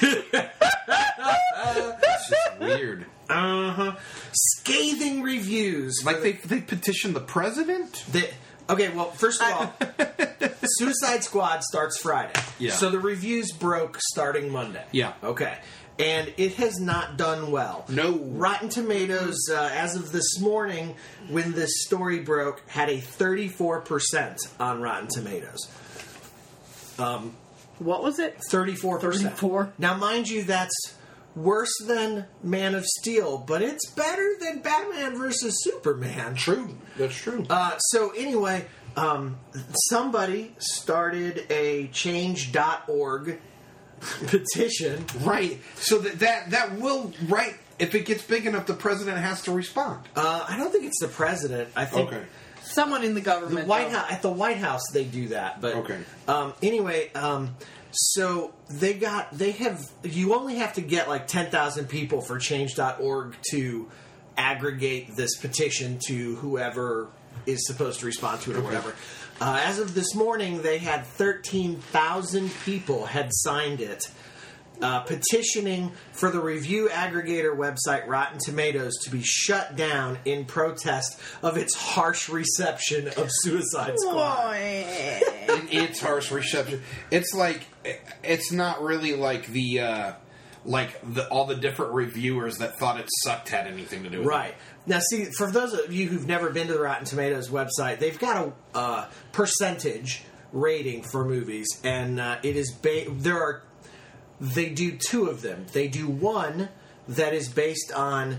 It's just weird.
Scathing reviews.
Like they they petitioned the president.
The, okay, well, first of all,
<laughs>
Suicide Squad starts Friday.
Yeah.
So the reviews broke starting Monday.
Yeah.
Okay. And it has not done well.
No.
Rotten Tomatoes, uh, as of this morning, when this story broke, had a 34% on Rotten Tomatoes.
What was it?
34%.
34.
Now, mind you, that's worse than Man of Steel, but it's better than Batman versus Superman.
True. That's true.
Uh, so anyway, um, somebody started a change.org <laughs> petition.
right. So that that that will right. If it gets big enough, the president has to <laughs> respond.
Uh, I don't think it's the president. I think
Someone in the government.
the White
though.
House, at the White House they do that. But
Okay.
um, anyway, um, so they got they have you only have to get like ten thousand people for change.org to aggregate this petition to whoever is supposed to respond to it or whatever. Uh, as of this morning, they had 13,000 people had signed it, uh, petitioning for the review aggregator website Rotten Tomatoes to be shut down in protest of its harsh reception of Suicide Squad.
<laughs> and it's harsh reception. It's like it's not really like the uh, like the, all the different reviewers that thought it sucked had anything to do with it.
Right. Now, see, for those of you who've never been to the Rotten Tomatoes website, they've got a uh, percentage rating for movies, and uh, it is ba- there are they do two of them. They do one that is based on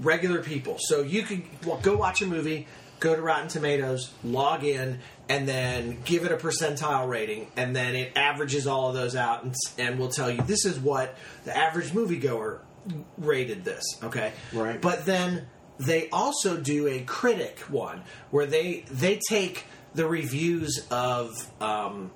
regular people, so you could well, go watch a movie, go to Rotten Tomatoes, log in, and then give it a percentile rating, and then it averages all of those out, and, s- and will tell you this is what the average moviegoer rated this. Okay,
Right.
but then they also do a critic one where they they take the reviews of um,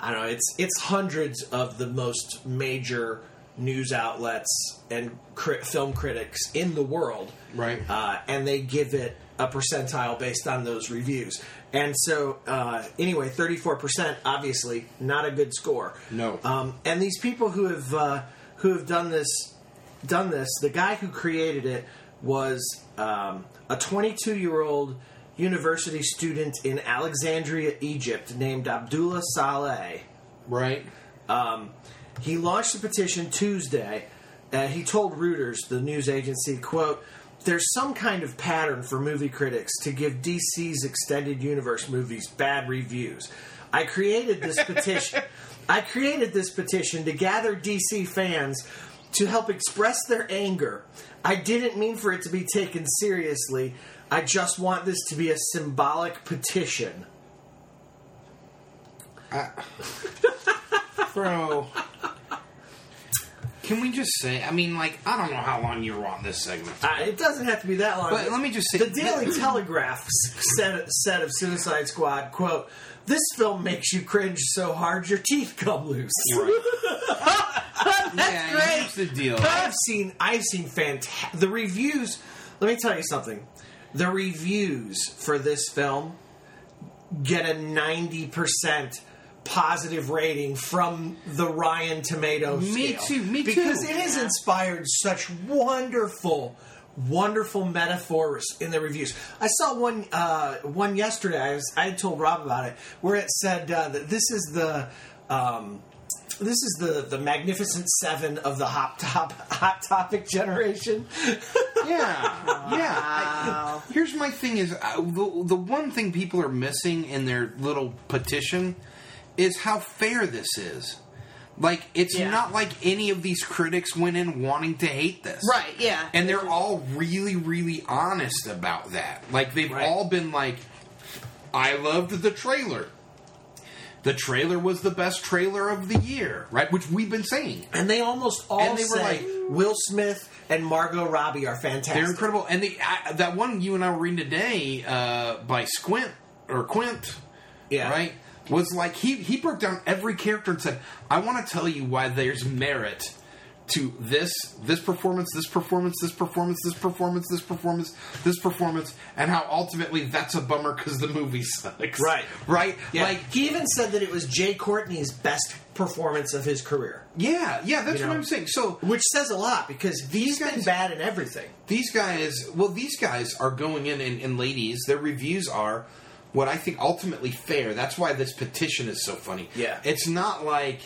I don't know it's it's hundreds of the most major news outlets and cri- film critics in the world,
Right.
Uh, and they give it a percentile based on those reviews. And so, uh, anyway, thirty four percent obviously not a good score.
No.
Um, and these people who have uh, who have done this done this, the guy who created it was um, a 22 year old university student in Alexandria, Egypt, named Abdullah Saleh.
Right.
Um, He launched the petition Tuesday. Uh, he told Reuters, the news agency, quote, there's some kind of pattern for movie critics to give DC's extended universe movies bad reviews. I created this petition. I created this petition to gather DC fans to help express their anger. I didn't mean for it to be taken seriously. I just want this to be a symbolic petition.
Bro. Can we just say? I mean, like, I don't know how long you were on this
<laughs>
segment.
Uh, it doesn't have to be that long.
But let me just say-
the Daily
<clears throat>
Telegraph said said of Suicide Squad quote: "This film makes you cringe so hard your teeth come loose."
yeah,
great.
here's the
<laughs>
deal.
I've seen I've seen fantastic the reviews. Let me tell you something: the reviews for this film get a ninety percent positive rating from the Ryan Tomato
Me
scale.
too, me too.
because it has inspired such wonderful wonderful metaphors in the reviews i saw one uh, one yesterday i, was, I had told rob about it where it said uh, that this is the um, this is the the magnificent seven of the hot top <laughs> hot topic generation <laughs>
Yeah, yeah. I- here's my thing: is uh, the, the one thing people are missing in their little petition is how fair this is. Like, it's
Yeah.
not like any of these critics went in wanting to hate this,
Right, yeah.
And they're all really, really honest about that. Like, they've
Right.
all been like, "I loved the trailer." The trailer was the best trailer of the year, right? Which we've been saying.
and they almost all
And they were
said
like-
will smith and margot robbie are fantastic
They're incredible. And the, I, that one you and I were reading today uh, by Squint or Quint,
yeah
right? Was like he he broke down every character and said, "I want to tell you why there's merit to this this performance, this performance, this performance, this performance, this performance, this performance, and how ultimately that's a bummer because the movie sucks."
Right.
right.
Yeah.
Like
he even said that it was Jay Courtney's best performance of his career,
yeah, yeah. That's
You
what
know.
I'm saying. So
which says a lot because he's been
guys-
bad in everything.
these guys well these guys are going in and, and ladies their reviews are what i think ultimately fair that's why this petition is so funny
Yeah.
it's not like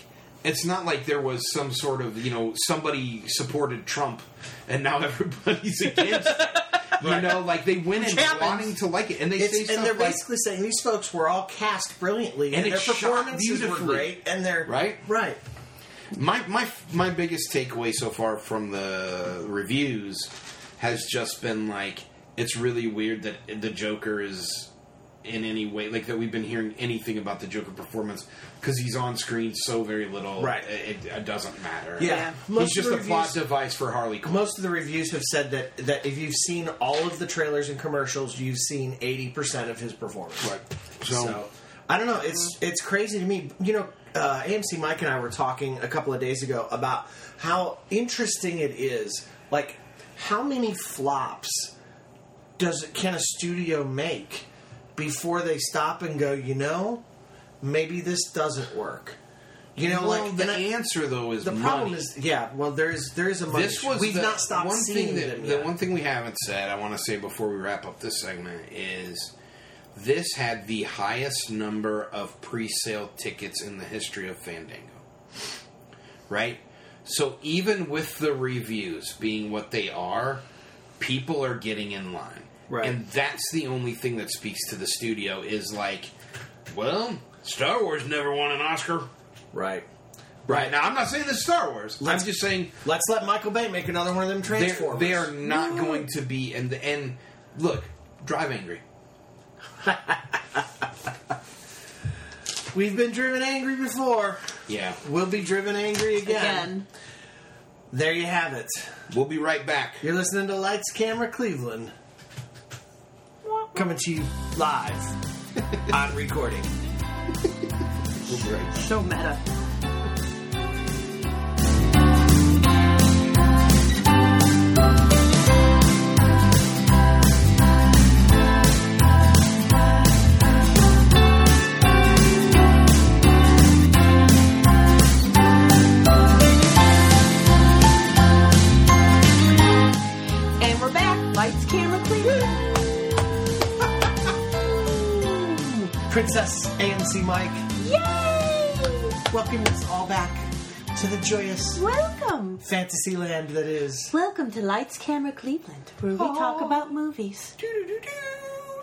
it's not like there was some sort of you know somebody supported trump and now <laughs> everybody's against it. you know like they went in
happens.
wanting to like it and they say
It's,
stuff
and they're
like,
basically saying these folks were all cast brilliantly,
And
and,
it
their
shot
performances were
beautifully.
great, and they're
Right?
right.
My my my biggest takeaway so far from the reviews has just been like it's really weird that the Joker is in any way like that we've been hearing anything about the Joker performance because he's on screen so very little.
Right.
it, it doesn't matter.
Yeah,
Yeah.
most
he's
of
just
the
a plot
reviews-
device for Harley Quinn.
Most of the reviews have said that that if you've seen all of the trailers and commercials, you've seen eighty percent of his performance.
Right.
So,
So,
I don't know. It's it's crazy to me. You know, uh, AMC Mike and I were talking a couple of days ago about how interesting it is, like how many flops does can a studio make before they stop and go, you know, maybe this doesn't work? You know,
well,
like
the
and I-
answer though is
the
money.
problem is, yeah. Well, there is there is a money.
This was
We've
the
not stopped
one thing
seeing
that
them
the
yet.
one thing we haven't said. I want to say before we wrap up this segment is this had the highest number of pre-sale tickets in the history of Fandango. Right? So even with the reviews being what they are, people are getting in line.
Right.
And that's the only thing that speaks to the studio is like, well, Star Wars never won an Oscar.
right.
Right. Now I'm not saying this Star Wars.
Let's-
I'm just saying
Let's let Michael Bay make another one of them
they're,
Transformers.
they are not going to be and and look drive angry
We've been driven angry before.
yeah
We'll be driven angry again.
Again.
There you have it.
we'll be right back
You're listening to Lights Camera Cleveland. Coming to you live on recording.
we'll be right back.
So meta. And we're back. Lights, camera, clean.
Princess AMC Mike,
Yay!
welcome us all back to the joyous
Welcome!
fantasy land that is.
Welcome to Lights Camera Cleveland, where we talk about movies.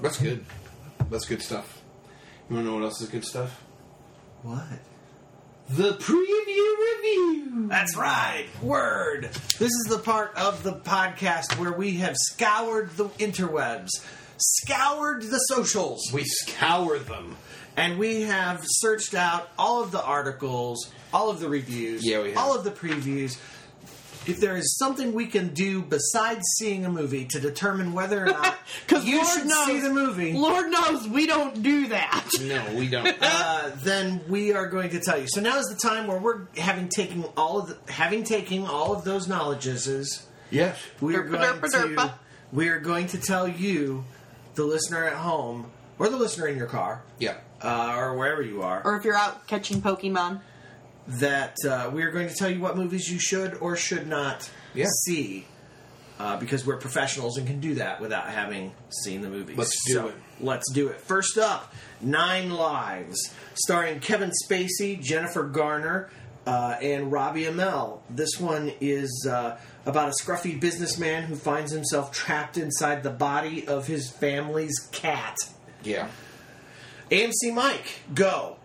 that's good that's good stuff you want to know what else is good stuff
What?
the preview review
That's right. Word. This is the part of the podcast where we have scoured the interwebs, scoured the socials.
we scour them
And we have searched out all of the articles, all of the reviews,
Yeah, we have.
all of the previews. If there is something we can do besides seeing a movie to determine whether or not
Because
you
Lord
should
knows,
see the movie,
Lord knows we don't do that.
no we
<laughs>
don't
uh, then we are going to tell you. So now is the time where we're having taking all of the, having taken all of those knowledges.
yes
We are going
Derpa, derpa,
to
derpa.
we are going to tell you, the listener at home or the listener in your car
yeah
uh, or wherever you are,
Or if you're out catching Pokemon,
that uh, we are going to tell you what movies you should or should not
Yeah.
see uh, because we're professionals and can do that without having seen the movies.
Let's do it.
Let's do it. First up, Nine Lives, starring Kevin Spacey, Jennifer Garner, uh, and Robbie Amell. This one is uh, about a scruffy businessman who finds himself trapped inside the body of his family's cat.
yeah
AMC Mike, go.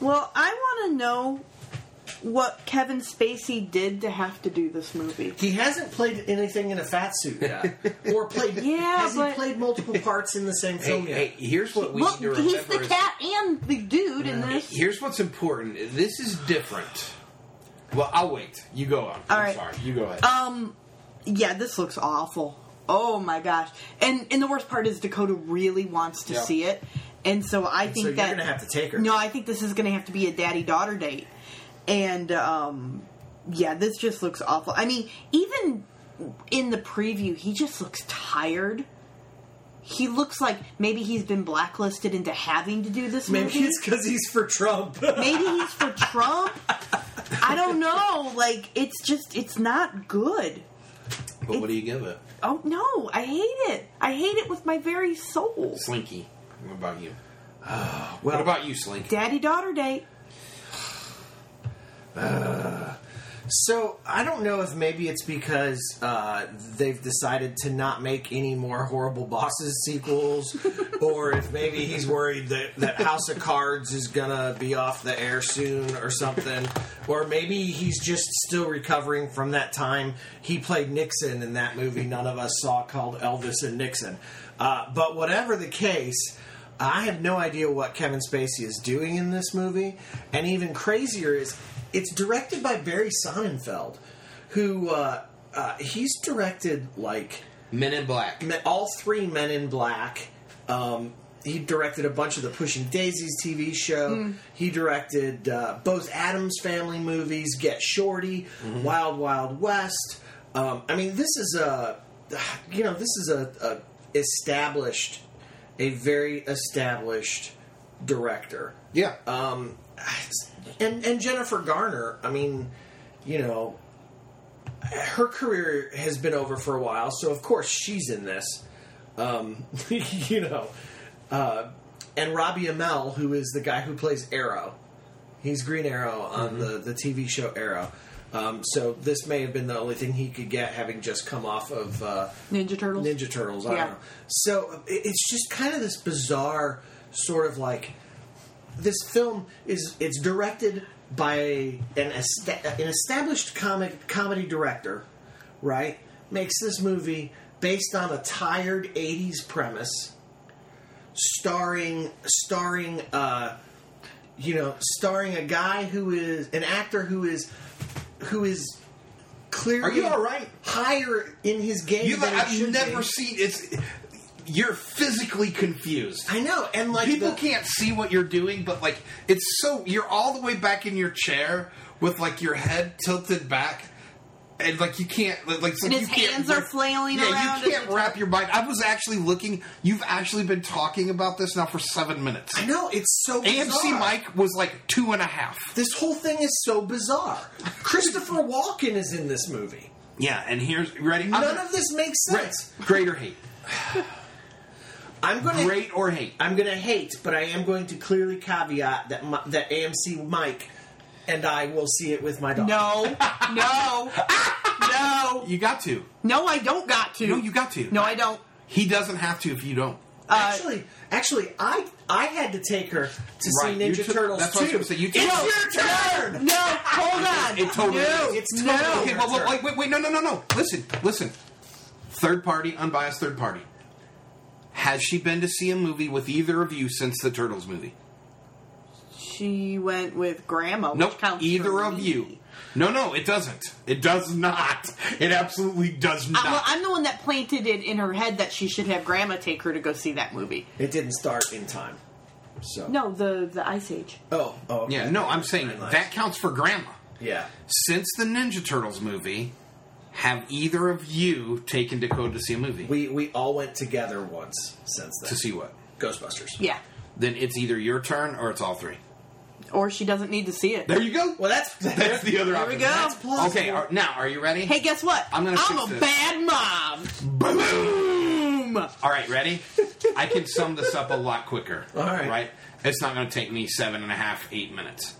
well, I want to know what Kevin Spacey did to have to do this movie.
He hasn't played anything in a fat suit yet, or played.
Yeah,
has he
but-
played multiple parts in the same
hey,
film yet?
hey here's what we
Well,
need to
he's
remember
the
is-
cat and the dude in this.
here's what's important this is different well i'll wait you go on i'm
All right.
sorry you go ahead
Um, yeah, this looks awful. Oh my gosh! And and the worst part is Dakota really wants to
Yeah.
see it, and so I think
you're
that
gonna have to take her.
No, I think this is going to have to be a daddy daughter date, and um, yeah, this just looks awful. I mean, even in the preview, he just looks tired. He looks like maybe he's been blacklisted into having to do this
Maybe
movie.
it's because he's <laughs> for Trump.
Maybe he's for Trump. I don't know. Like it's just it's not good.
but what do you give it
Oh no, I hate it. I hate it with my very soul.
slinky what about
Uh,
you
well,
what about you slink
Daddy daughter date.
so I don't know if maybe it's because uh, they've decided to not make any more horrible bosses sequels, or if maybe he's worried that that House of Cards is gonna be off the air soon or something, or maybe he's just still recovering from that time he played Nixon in that movie none of us saw called Elvis and Nixon. Uh, but whatever the case. I have no idea what Kevin Spacey is doing in this movie. And even crazier is it's directed by Barry Sonnenfeld, who uh, uh, he's directed like
men in black
me- all three Men in Black. Um, he directed a bunch of the Pushing Daisies TV show. He directed uh, both Adams Family movies, Get Shorty, Wild Wild West. Um, I mean, this is a you know, this is a, a established, a very established director.
Yeah.
Um, and and Jennifer Garner, I mean, you know, her career has been over for a while, so of course she's in this. Um, <laughs> you know, uh, and Robbie Amell, who is the guy who plays Arrow, he's Green Arrow on the the TV show Arrow. Um, so this may have been the only thing he could get, having just come off of uh,
Ninja Turtles.
Ninja Turtles. I
Yeah.
don't know. So it- it's just kind of this bizarre sort of like this film is it's directed by an esta- an established comic comedy director, right? Makes this movie based on a tired '80s premise, starring starring uh, you know starring a guy who is an actor who is who is clearly
Are you all right?
higher in his game.
You
than
like,
he
I've
should
never
be.
seen it's you're physically confused.
I know, and like
People
the-
can't see what you're doing, but like it's so you're all the way back in your chair with like your head tilted back. And like you can't, like like,
And
you
his
can't
hands
wrap-
are flailing
yeah,
around
you
at
can't
the
wrap your mind. I was actually looking. You've actually been talking about this now for seven minutes.
I know it's so.
AMC
bizarre.
Mike was like two and a half.
This whole thing is so bizarre. Christopher Walken is in this movie.
Yeah, and here's ready. I'm
None
gonna-
of this makes
Right.
sense.
Great or hate.
I'm gonna
Great or hate.
I'm gonna hate, but I am going to clearly caveat that my, that AMC Mike and I will see it with my daughter.
No, no, no,
You got to.
no! I don't got to.
No, you got to.
No, I don't.
He doesn't have to if you don't.
uh, actually, actually, I I had to take her to
Right,
see
you
Ninja
took-
Turtles
that's what I was
too.
gonna say, you took- No.
it's your turn.
No, hold on.
It totally
no,
is.
It's
no.
totally
Okay,
your
well, well,
turn.
wait, wait, wait, no, no, no, no. Listen, listen. Third party, unbiased third party. Has she been to see a movie with either of you since the Turtles movie?
She went with Grandma.
Nope.
Which counts
Either
for
of
me.
you. No, no, it doesn't. It does not. It absolutely does
Uh,
not.
well, I'm the one that planted it in her head that she should have Grandma take her to go see that movie.
It didn't start in time. So
No, the the Ice Age.
Oh, oh okay.
yeah, no, I'm saying
Timelines.
that counts for grandma.
Yeah.
Since the Ninja Turtles movie, have either of you taken Dakota to see a movie?
We we all went together once since then
to see what?
Ghostbusters.
Yeah.
Then it's either your turn or it's all three.
Or she doesn't need to see it.
There you go.
Well, that's
<laughs> That's the other
There we
option.
go.
Okay, are, now are you ready?
Hey, guess what?
I'm gonna
I'm
fix
a
this.
bad mom.
Boom!
Mm.
All right,
<laughs>
ready? I can sum this up a lot quicker.
All right.
Right? It's not going to take me seven and a half, eight minutes.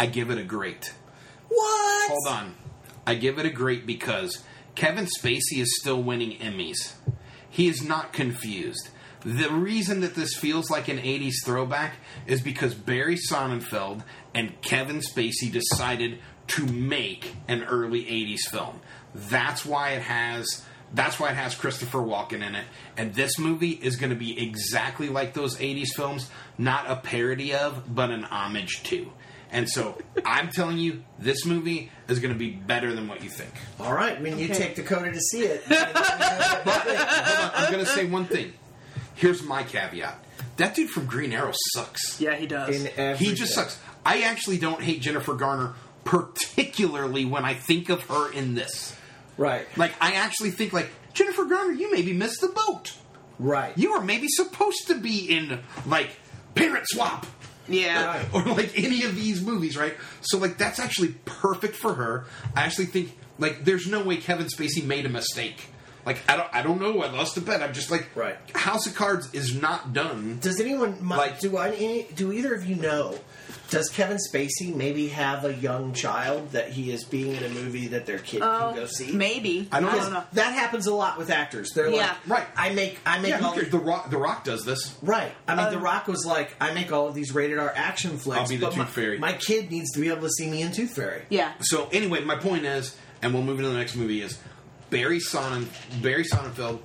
I give it a great.
what?
Hold on. I give it a great because Kevin Spacey is still winning Emmys. He is not confused. The reason that this feels like an 80s throwback is because Barry Sonnenfeld and Kevin Spacey decided to make an early 80s film. That's why it has that's why it has Christopher Walken in it. And this movie is going to be exactly like those 80s films, not a parody of, but an homage to. And so I'm telling you, this movie is going to be better than what you think.
All right, when you take Dakota to
<laughs>
see it. you know-
Hold on, I'm going to say one thing. Here's my caveat that dude from Green Arrow sucks.
Yeah,
<laughs>
he does.
In everything.
He just sucks. I actually don't hate Jennifer Garner, particularly when I think of her in this.
Right.
Like, I actually think, like, Jennifer Garner, you maybe missed the boat.
Right.
You were maybe supposed to be in, like, Parent Swap.
yeah.
<laughs> or like any of these movies, right? So like that's actually perfect for her. I actually think like there's no way Kevin Spacey made a mistake. Like I don't I don't know. I lost a bet. I'm just like
Right.
House of Cards is not done.
Does anyone mi-
Like-
do I any, do either of you know? Does Kevin Spacey maybe have a young child that he is being in a movie that their kid
Oh,
can go see?
maybe.
I don't
I
know.
don't know.
That happens a lot with actors. They're
Yeah.
like,
Right.
I make I make
Yeah,
all
who cares? The Rock The Rock does this.
right. Um, I mean, The Rock was like, I make all of these rated R action flicks.
I'll be the
but
Tooth
my,
Fairy."
My kid needs to be able to see me in Tooth Fairy.
Yeah.
So anyway, my point is, and we'll move into the next movie is Barry Sonnen, Barry Sonnenfeld,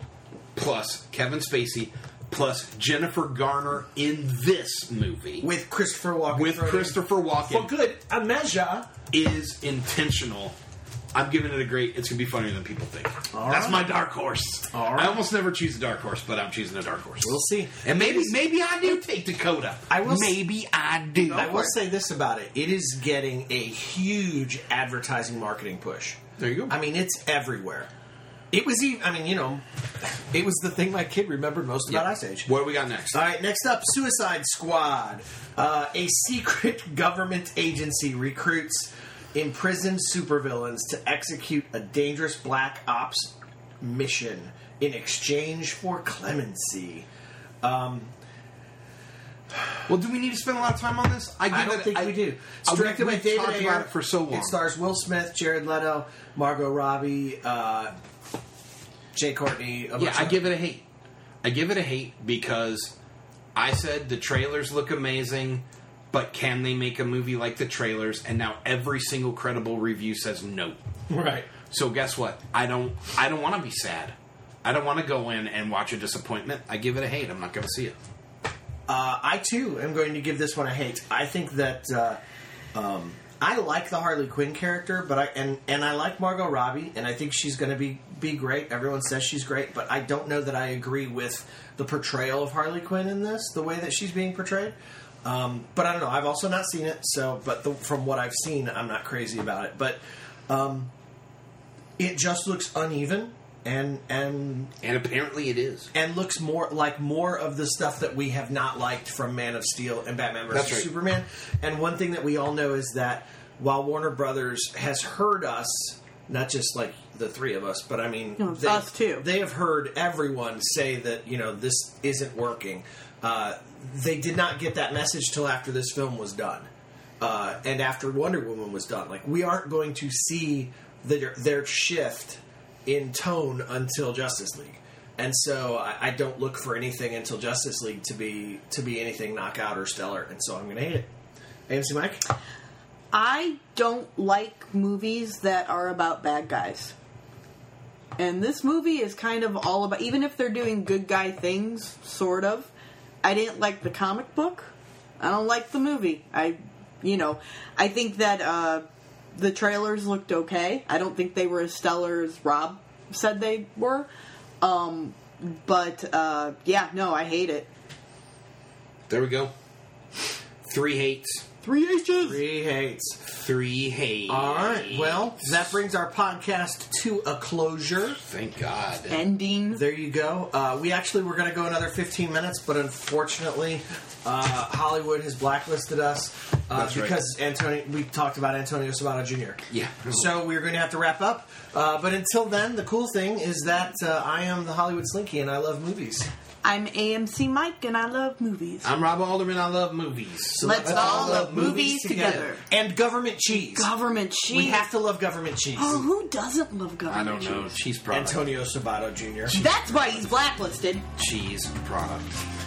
plus Kevin Spacey, plus Jennifer Garner in this movie
With Christopher Walken.
with
thrown in.
Christopher Walken.
For good, a measure.
is intentional. I'm giving it a great. It's gonna be funnier than people think. That's
right.
my dark horse.
All right.
I almost never choose a dark horse, but I'm choosing a dark horse.
We'll see.
And maybe maybe I do take Dakota.
I will s-
Maybe I do.
I will say this about it: it is getting a huge advertising marketing push.
There you go.
I mean, it's everywhere. It was even. I mean, you know, it was the thing my kid remembered most about Ice Age.
What do we got next?
All right, next up, Suicide Squad. Uh, a secret <laughs> government agency recruits imprisoned supervillains to execute a dangerous black ops mission in exchange for clemency.
Well, do we need to spend a lot of time on this? give
I don't
it-
think we do. It's
I-
directed
Uh, we-
by
we've
David
talked
Ayer.
about it for so long.
It stars Will Smith, Jared Leto, Margot Robbie, uh, Jay Courtney. a
yeah,
bunch
I
of-
give it a hate. I give it a hate because I said the trailers look amazing, but can they make a movie like the trailers? And now every single credible review says no. <laughs>
right.
So guess what? I don't. I don't want to be sad. I don't want to go in and watch a disappointment. I give it a hate. I'm not going to see it.
Uh, I too am going to give this one a hate. I think that uh, um, I like the Harley Quinn character, but I and and I like Margot Robbie, and I think she's going to be be great. Everyone says she's great, but I don't know that I agree with the portrayal of Harley Quinn in this, the way that she's being portrayed. Um, but I don't know. I've also not seen it, so but the, from what I've seen, I'm not crazy about it. But um, it just looks uneven, and and
And apparently, it is.
and looks more like more of the stuff that we have not liked from Man of Steel and Batman vs
That's right.
Superman. And one thing that we all know is that while Warner Brothers has heard us, not just like the three of us, but I mean
No, us too.
They have heard everyone say that you know this isn't working. Uh, they did not get that message till after this film was done. Uh, and after Wonder Woman was done, like we aren't going to see their, their shift in tone until Justice League, and so I, I don't look for anything until Justice League to be to be anything knockout or stellar, and so I'm going to hate it. AMC Mike,
I don't like movies that are about bad guys. And this movie is kind of all about, even if they're doing good guy things, sort of. I didn't like the comic book. I don't like the movie. I, you know, I think that uh, the trailers looked okay. I don't think they were as stellar as Rob said they were. Um, but uh, yeah, no, I hate it.
There we go. Three hates.
Three H's.
three hates.
Three hates.
All right. Well, that brings our podcast to a closure.
thank God.
Ending.
There you go. Uh, we actually were going to go another 15 minutes, but unfortunately, uh, Hollywood has blacklisted us uh,
That's right.
because Antonio. We talked about Antonio Sabato Jr.
Yeah.
So we're going to have to wrap up. Uh, but until then, the cool thing is that uh, I am the Hollywood Slinky and I love movies.
I'm AMC Mike and I love movies.
I'm Rob Alderman. I love movies.
So
Let's all love movies together.
And government cheese.
Government cheese.
We have to love government cheese.
Oh, who doesn't love
I
government
don't know.
cheese?
Cheese product.
Antonio Sabato Jr.
That's why he's blacklisted.
Cheese product. Oh,